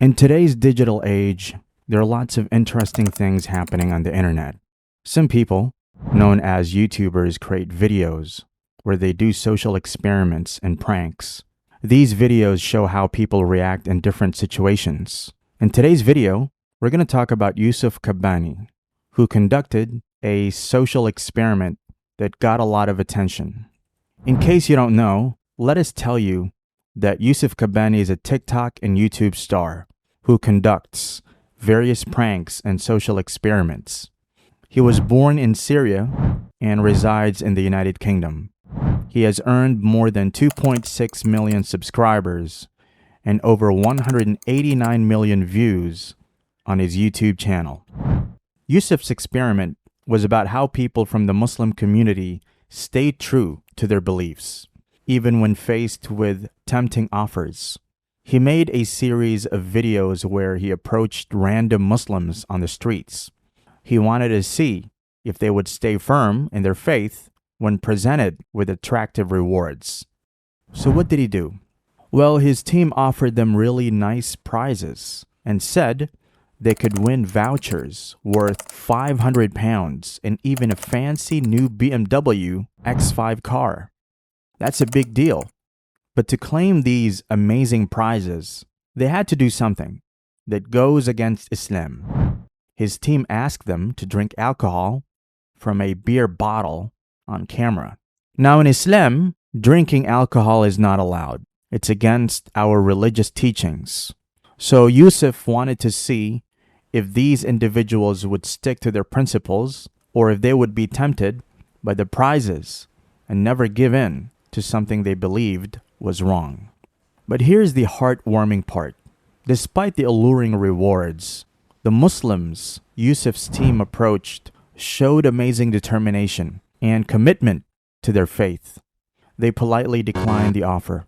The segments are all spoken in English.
In today's digital age, there are lots of interesting things happening on the internet. Some people, known as YouTubers, create videos where they do social experiments and pranks. These videos show how people react in different situations. In today's video, we're going to talk about Yusuf Kabani, who conducted a social experiment that got a lot of attention. In case you don't know, let us tell you that Yusuf Kabani is a TikTok and YouTube star who conducts various pranks and social experiments. He was born in Syria and resides in the United Kingdom. He has earned more than 2.6 million subscribers and over 189 million views on his YouTube channel. Yusuf's experiment was about how people from the Muslim community stay true to their beliefs, even when faced with tempting offers. He made a series of videos where he approached random Muslims on the streets. He wanted to see if they would stay firm in their faith when presented with attractive rewards. So, what did he do? Well, his team offered them really nice prizes and said they could win vouchers worth 500 pounds and even a fancy new BMW X5 car. That's a big deal. But to claim these amazing prizes, they had to do something that goes against Islam. His team asked them to drink alcohol from a beer bottle on camera. Now, in Islam, drinking alcohol is not allowed, it's against our religious teachings. So Yusuf wanted to see if these individuals would stick to their principles or if they would be tempted by the prizes and never give in to something they believed was wrong. But here's the heartwarming part. Despite the alluring rewards, the Muslims Yusuf's team approached showed amazing determination and commitment to their faith. They politely declined the offer,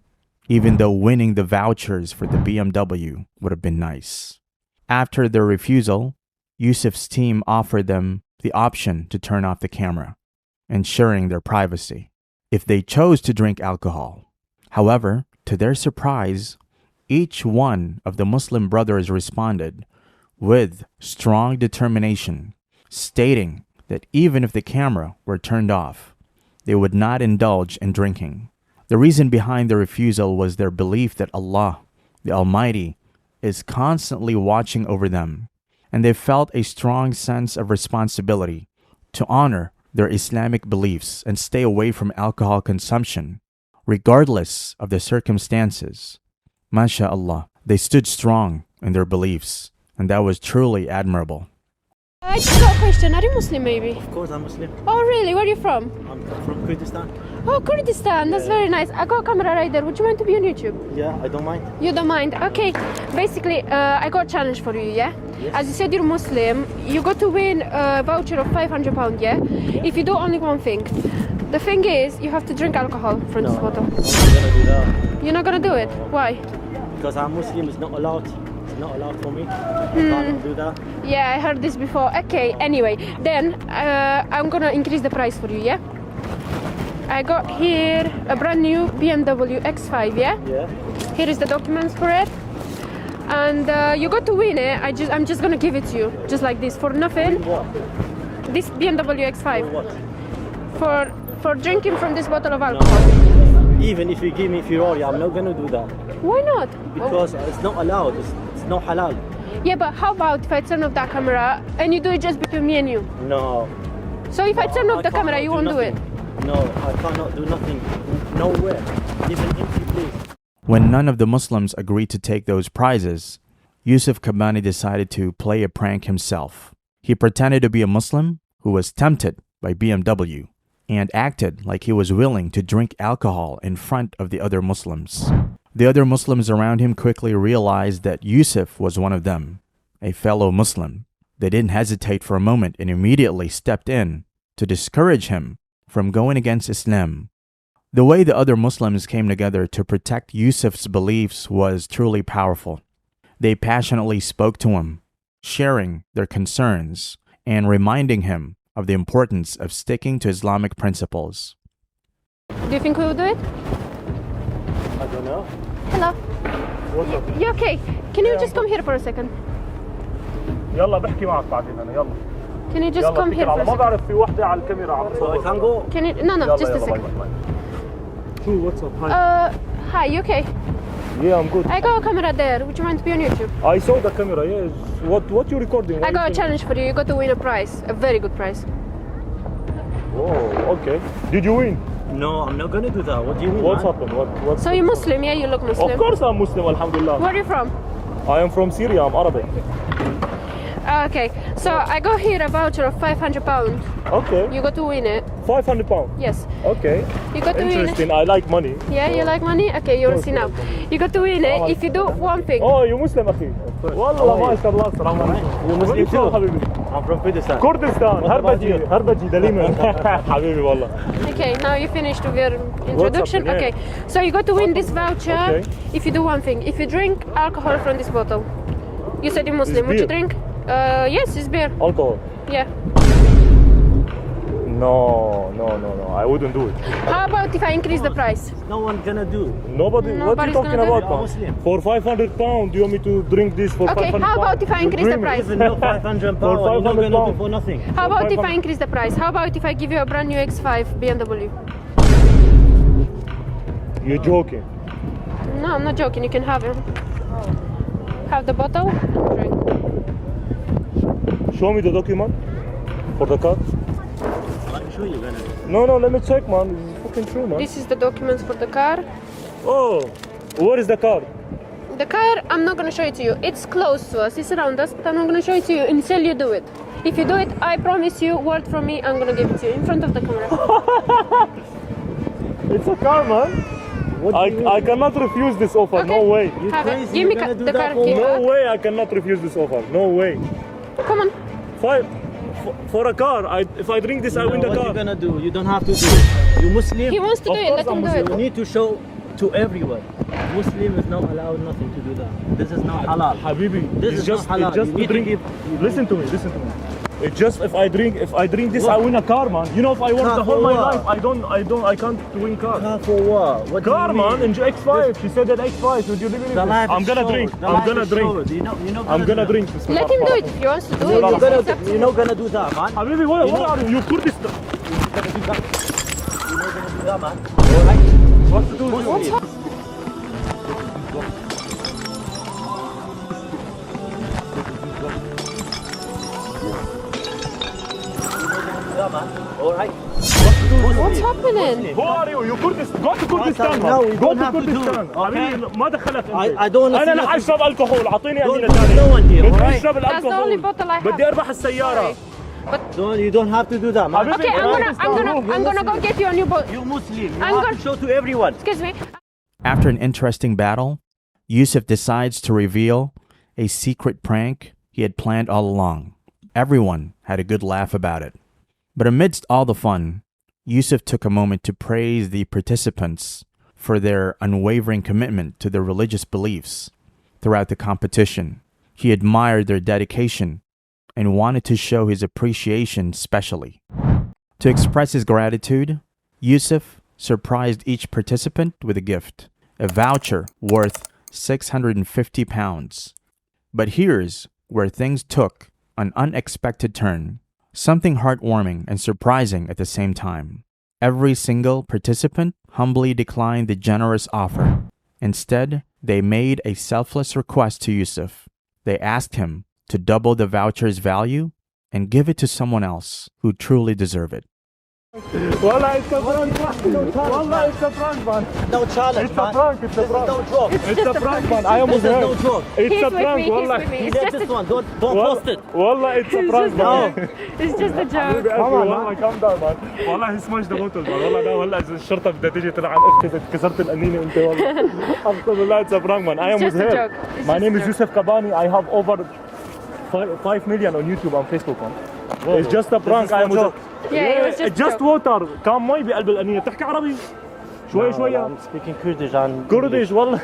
even though winning the vouchers for the BMW would have been nice. After their refusal, Yusuf's team offered them the option to turn off the camera, ensuring their privacy, if they chose to drink alcohol. However, to their surprise, each one of the Muslim brothers responded with strong determination, stating that even if the camera were turned off, they would not indulge in drinking. The reason behind their refusal was their belief that Allah, the Almighty, is constantly watching over them, and they felt a strong sense of responsibility to honor their Islamic beliefs and stay away from alcohol consumption, regardless of the circumstances. MashaAllah, they stood strong in their beliefs, and that was truly admirable. Uh, I just got a question. Are you Muslim, maybe? Of course, I'm Muslim. Oh, really? Where are you from? I'm from Kurdistan. Oh, Kurdistan. That's very nice. I got a camera right there. Would you mind to be on YouTube? Yeah, I don't mind. You don't mind? Okay. Basically, uh, I got a challenge for you, yeah? As you said, you're Muslim. You got to win a voucher of 500 pounds, yeah? If you do only one thing. The thing is, you have to drink alcohol from this bottle. I'm not gonna do that You're not gonna do it. Why? because I'm Muslim. It's not allowed. It's not allowed for me. I Hmm. can't do that. Yeah, I heard this before. Okay, anyway, then uh, I'm gonna increase the price for you, yeah? I got here a brand new BMW X5, yeah? Yeah. Here is the documents for it. And uh, you got to win it. I just, I'm just gonna give it to you, just like this, for nothing. What? This BMW X5 What? for for drinking from this bottle of alcohol. Even if you give me Ferrari, I'm not gonna do that Why not? because it's not allowed. It's, it's not halal. Yeah, but how about if I turn off that camera and you do it just between me and you? No. So if I turn off I the camera, cannot you do won't do it. nothing. No, I cannot do nothing. Nowhere. Even if you please. When none of the Muslims agreed to take those prizes, Yusuf Kabani decided to play a prank himself. He pretended to be a Muslim who was tempted by BMW and acted like he was willing to drink alcohol in front of the other Muslims. The other Muslims around him quickly realized that Yusuf was one of them, a fellow Muslim. They didn't hesitate for a moment and immediately stepped in to discourage him from going against Islam the way the other Muslims came together to protect Yusuf's beliefs was truly powerful. They passionately spoke to him, sharing their concerns and reminding him of the importance of sticking to Islamic principles. Do you think we will do it? I don't know. Hello. What's up? You okay? Can you Yeah, just come here for a second? يلا بحكي معك بعدين انا يلا Can you just يلا come here for اتكل على a ما second? بعرف في وحده على الكاميرا عم So I تصور can go. Can you? No, no, يلا just a يلا باي second. باي باي Cool, what's up? Hi. Uh, hi. You okay? Yeah, I'm good. I got a camera there. Would you mind to be on YouTube? I saw the camera. Yes. What what you recording? What I got you a filming? challenge for you. You got to win a prize, a very good prize. Oh, okay. Did you win? No, I'm not gonna do that. What do you mean? What's man? happened? What what? So you're Muslim, yeah? You look Muslim. Of course I'm Muslim. Alhamdulillah. Where are you from? I am from Syria. I'm Arabic. Ah, Okay. So I got here a voucher of 500 pounds. Okay. You got to win it. 500 pounds. Yes. Okay. You got to win it. Interesting. I like money. Yeah, you like money? Okay, you'll see now. You got to win it if you do one thing. Oh, you Muslim أخي. course. والله Oh, ما شاء الله السلام عليكم. You Muslim وإنت too? حبيبي. I'm from Kurdistan. كردستان هربجي هربجي دليما حبيبي والله. Okay, now you finished with your introduction. yeah. Okay, so you got to win this voucher Okay. if you do one thing. If you drink alcohol from this bottle, you said you're Muslim. Would you beer. drink? Uh, yes, it's beer. Alcohol. Yeah. No, no, no, no. I wouldn't do it. How about if I increase the price? Oh, No one gonna do. Nobody. what are you Nobody's talking gonna do about, it. man? Muslim. For 500 pound, you want me to drink this for Okay, 500 how about pound? if I You're increase the dreaming. price? Even no 500 pounds. For I'm not 500 gonna do pound. for nothing. How about if I 500. increase the price? How about if I give you a brand new X5 BMW? You're joking. No, I'm not joking. You can have it. Have the bottle. Drink. Show me the document for the car. I'm sure you're gonna do. No, no, let me check, man. It's fucking true, man. This is the documents for the car. Oh, where is the car? The car, I'm not gonna show it to you. It's close to us, it's around us, but I'm not gonna show it to you until you do it. If you do it, I promise you, word from me, I'm gonna give it to you in front of the camera. It's a car, man. What I, do you I mean? cannot refuse this offer. No Okay. way. You Have it. crazy? Give You're me gonna ca- do the that car for key. No way. I cannot refuse this offer. No way. Come on. Five f- for a car. I, if I drink this, I win No, the what car. you gonna do? You don't have to do it. You Muslim. He wants to Of do it, course let him I'm do You it. need to show to everyone. Muslim is not allowed nothing to do that. This is not halal. Habibi, This it's is just, not halal. it's just You to need to drink. give- listen to me, listen to me. It's just if I drink, if I drink this, What? I win a car, man. You know, if I work Car the whole for my what? life, I don't, I don't, I can't win car. Car for what? What do you Car, mean? man, in X5. She said that X5. Would you believe it? The life I'm is gonna short. drink. The I'm life gonna is drink. short. You know, you know. I'm gonna drink. Let him do it if he wants to do No, it. no, it's no. up to You're him. not gonna do that, man. You're Habibi, what, You what know- are you? You Kurdistan. gonna do that. You're not gonna do that, man. Alright? What to do? with you? Muslim. Yeah, man. Alright. What's happening? Who are you? You Kurdistan. Go to Kurdistan. No, we man. Go don't to have to do Kurdistan. it, okay? حبيبي ما دخلك انت. I- I don't wanna انا see لا nothing. اشرب الكحول. اعطيني Don't امينه want ثانيه. no one here, بدي alright? اشرب That's the only الكحول. bottle I have. بدي اربح السياره. Don't, you don't have to do that, man. Habibi, Okay, I'm gonna, I'm gonna, You're I'm gonna go Muslim. get you a new bottle. You Muslim. You I'm have gonna- to show to everyone. Excuse me. After an interesting battle, Yusuf decides to reveal a secret prank he had planned all along. Everyone had a good laugh about it. But amidst all the fun, Yusuf took a moment to praise the participants for their unwavering commitment to their religious beliefs throughout the competition. He admired their dedication and wanted to show his appreciation specially. To express his gratitude, Yusuf surprised each participant with a gift, a voucher worth 650 pounds. But here's where things took an unexpected turn, something heartwarming and surprising at the same time. Every single participant humbly declined the generous offer. Instead, they made a selfless request to Yusuf. They asked him to double the voucher's value and give it to someone else who truly deserved it. والله it's a prank man. والله it's a prank man. No challenge, It's a man. prank, it's a this prank. Is no joke. It's a prank man. I am This is Muslim. no joke. It's He's a with me, prank he's والله. with me. You It's left just this a, one. Don't don't والله- post it. والله it's a prank man. it's just a joke. حبيبي أخي، والله calm down man. والله سماش ذا بوتل والله لا والله اذا الشرطه بدها تيجي تلعن اختي كسرت القنينه انت والله اقسم بالله اتس برانك مان اي It's ام just a مزهر joke. It's ماي just نيم a از joke. يوسف كاباني اي هاف اوفر 5 مليون اون يوتيوب اند فيسبوك مان It's just a prank. I am Muzahir. Yeah, it was just It's just a water. كان مي بقلب القنينه بتحكي عربي شوي شوي I'm speaking Oh, Kurdish and كردش والله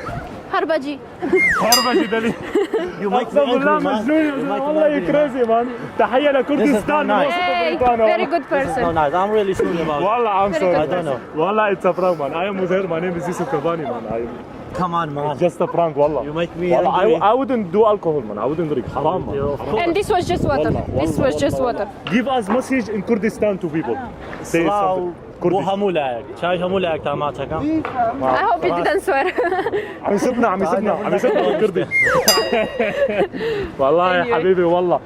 Harbaji. هربجي دليل You make me اقسم angry, بالله man. مجنون يا You زلمه make me والله angry, يو man. كريزي مان تحيه لكردستان من nice. وسط Hey, بريطانيا very والله. good This is not person. nice. I'm really sorry about it. والله I'm Very good sorry I don't know. والله it's a prank man I am Muzahir my name is Yusuf Kavani man I am Come on, man. It's just a prank, wallah. Ah. You make me Wallah, angry. I, I wouldn't do alcohol, man. I wouldn't drink. Haram, man. Yeah, of course. And this was just water. Wallah, this wallah, was just water. wallah, wallah. Give us message in Kurdistan to people. Say Slow. something. وها Kurdistan. مو لاعق شايفها مو لاعق تاماتك ها؟ I hope it didn't swear. عم يسبنا عم يسبنا عم يسبنا بالكردي والله يا Anyway. حبيبي والله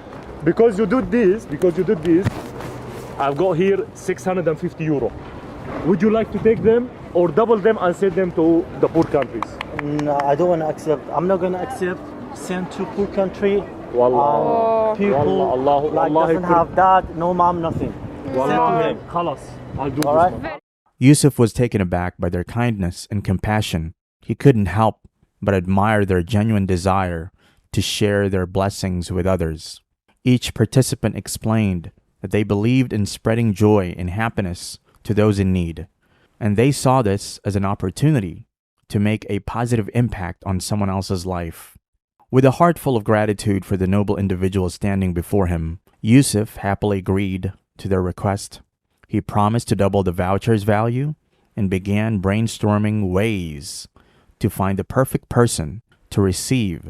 because you did this because you did this I've got here 650 euro would you like to take them or double them and send them to the poor countries No, Mm, I don't want to accept. I'm not going to accept. Send to poor country. Um, والله oh. People والله- الله- like والله doesn't كل- have dad, no mom, nothing. Send والله to them. خلاص I'll do All right. this one. Yusuf was taken aback by their kindness and compassion. He couldn't help but admire their genuine desire to share their blessings with others. Each participant explained that they believed in spreading joy and happiness to those in need, and they saw this as an opportunity to make a positive impact on someone else's life. With a heart full of gratitude for the noble individual standing before him, Yusuf happily agreed to their request he promised to double the voucher's value and began brainstorming ways to find the perfect person to receive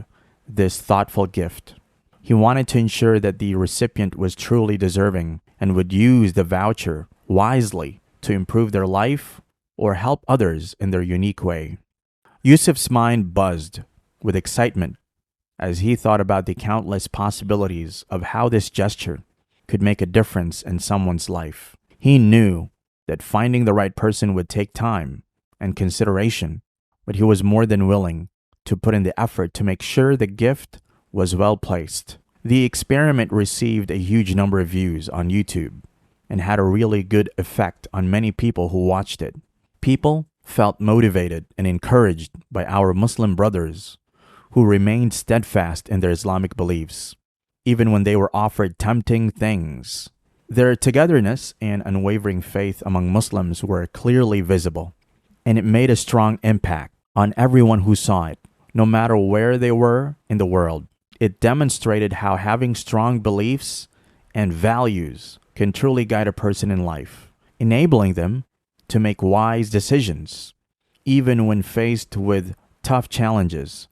this thoughtful gift. He wanted to ensure that the recipient was truly deserving and would use the voucher wisely to improve their life or help others in their unique way. Yusuf's mind buzzed with excitement as he thought about the countless possibilities of how this gesture could make a difference in someone's life. He knew that finding the right person would take time and consideration, but he was more than willing to put in the effort to make sure the gift was well placed. The experiment received a huge number of views on YouTube and had a really good effect on many people who watched it. People felt motivated and encouraged by our Muslim brothers who remained steadfast in their Islamic beliefs even when they were offered tempting things. Their togetherness and unwavering faith among Muslims were clearly visible, and it made a strong impact on everyone who saw it, no matter where they were in the world. It demonstrated how having strong beliefs and values can truly guide a person in life, enabling them to make wise decisions, even when faced with tough challenges.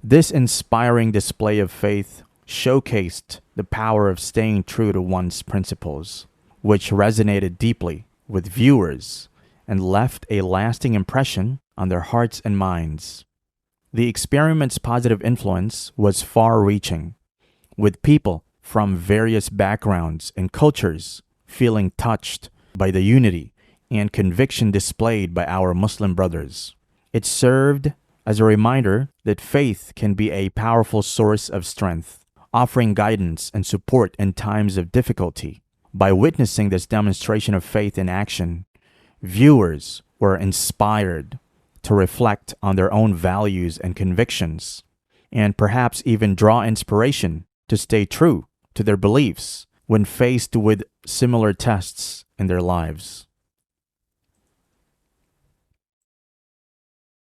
This inspiring display of faith showcased the power of staying true to one's principles, which resonated deeply with viewers and left a lasting impression on their hearts and minds. The experiment's positive influence was far reaching, with people from various backgrounds and cultures feeling touched by the unity and conviction displayed by our Muslim brothers. It served as a reminder that faith can be a powerful source of strength, offering guidance and support in times of difficulty. By witnessing this demonstration of faith in action, viewers were inspired to reflect on their own values and convictions, and perhaps even draw inspiration to stay true to their beliefs when faced with similar tests in their lives.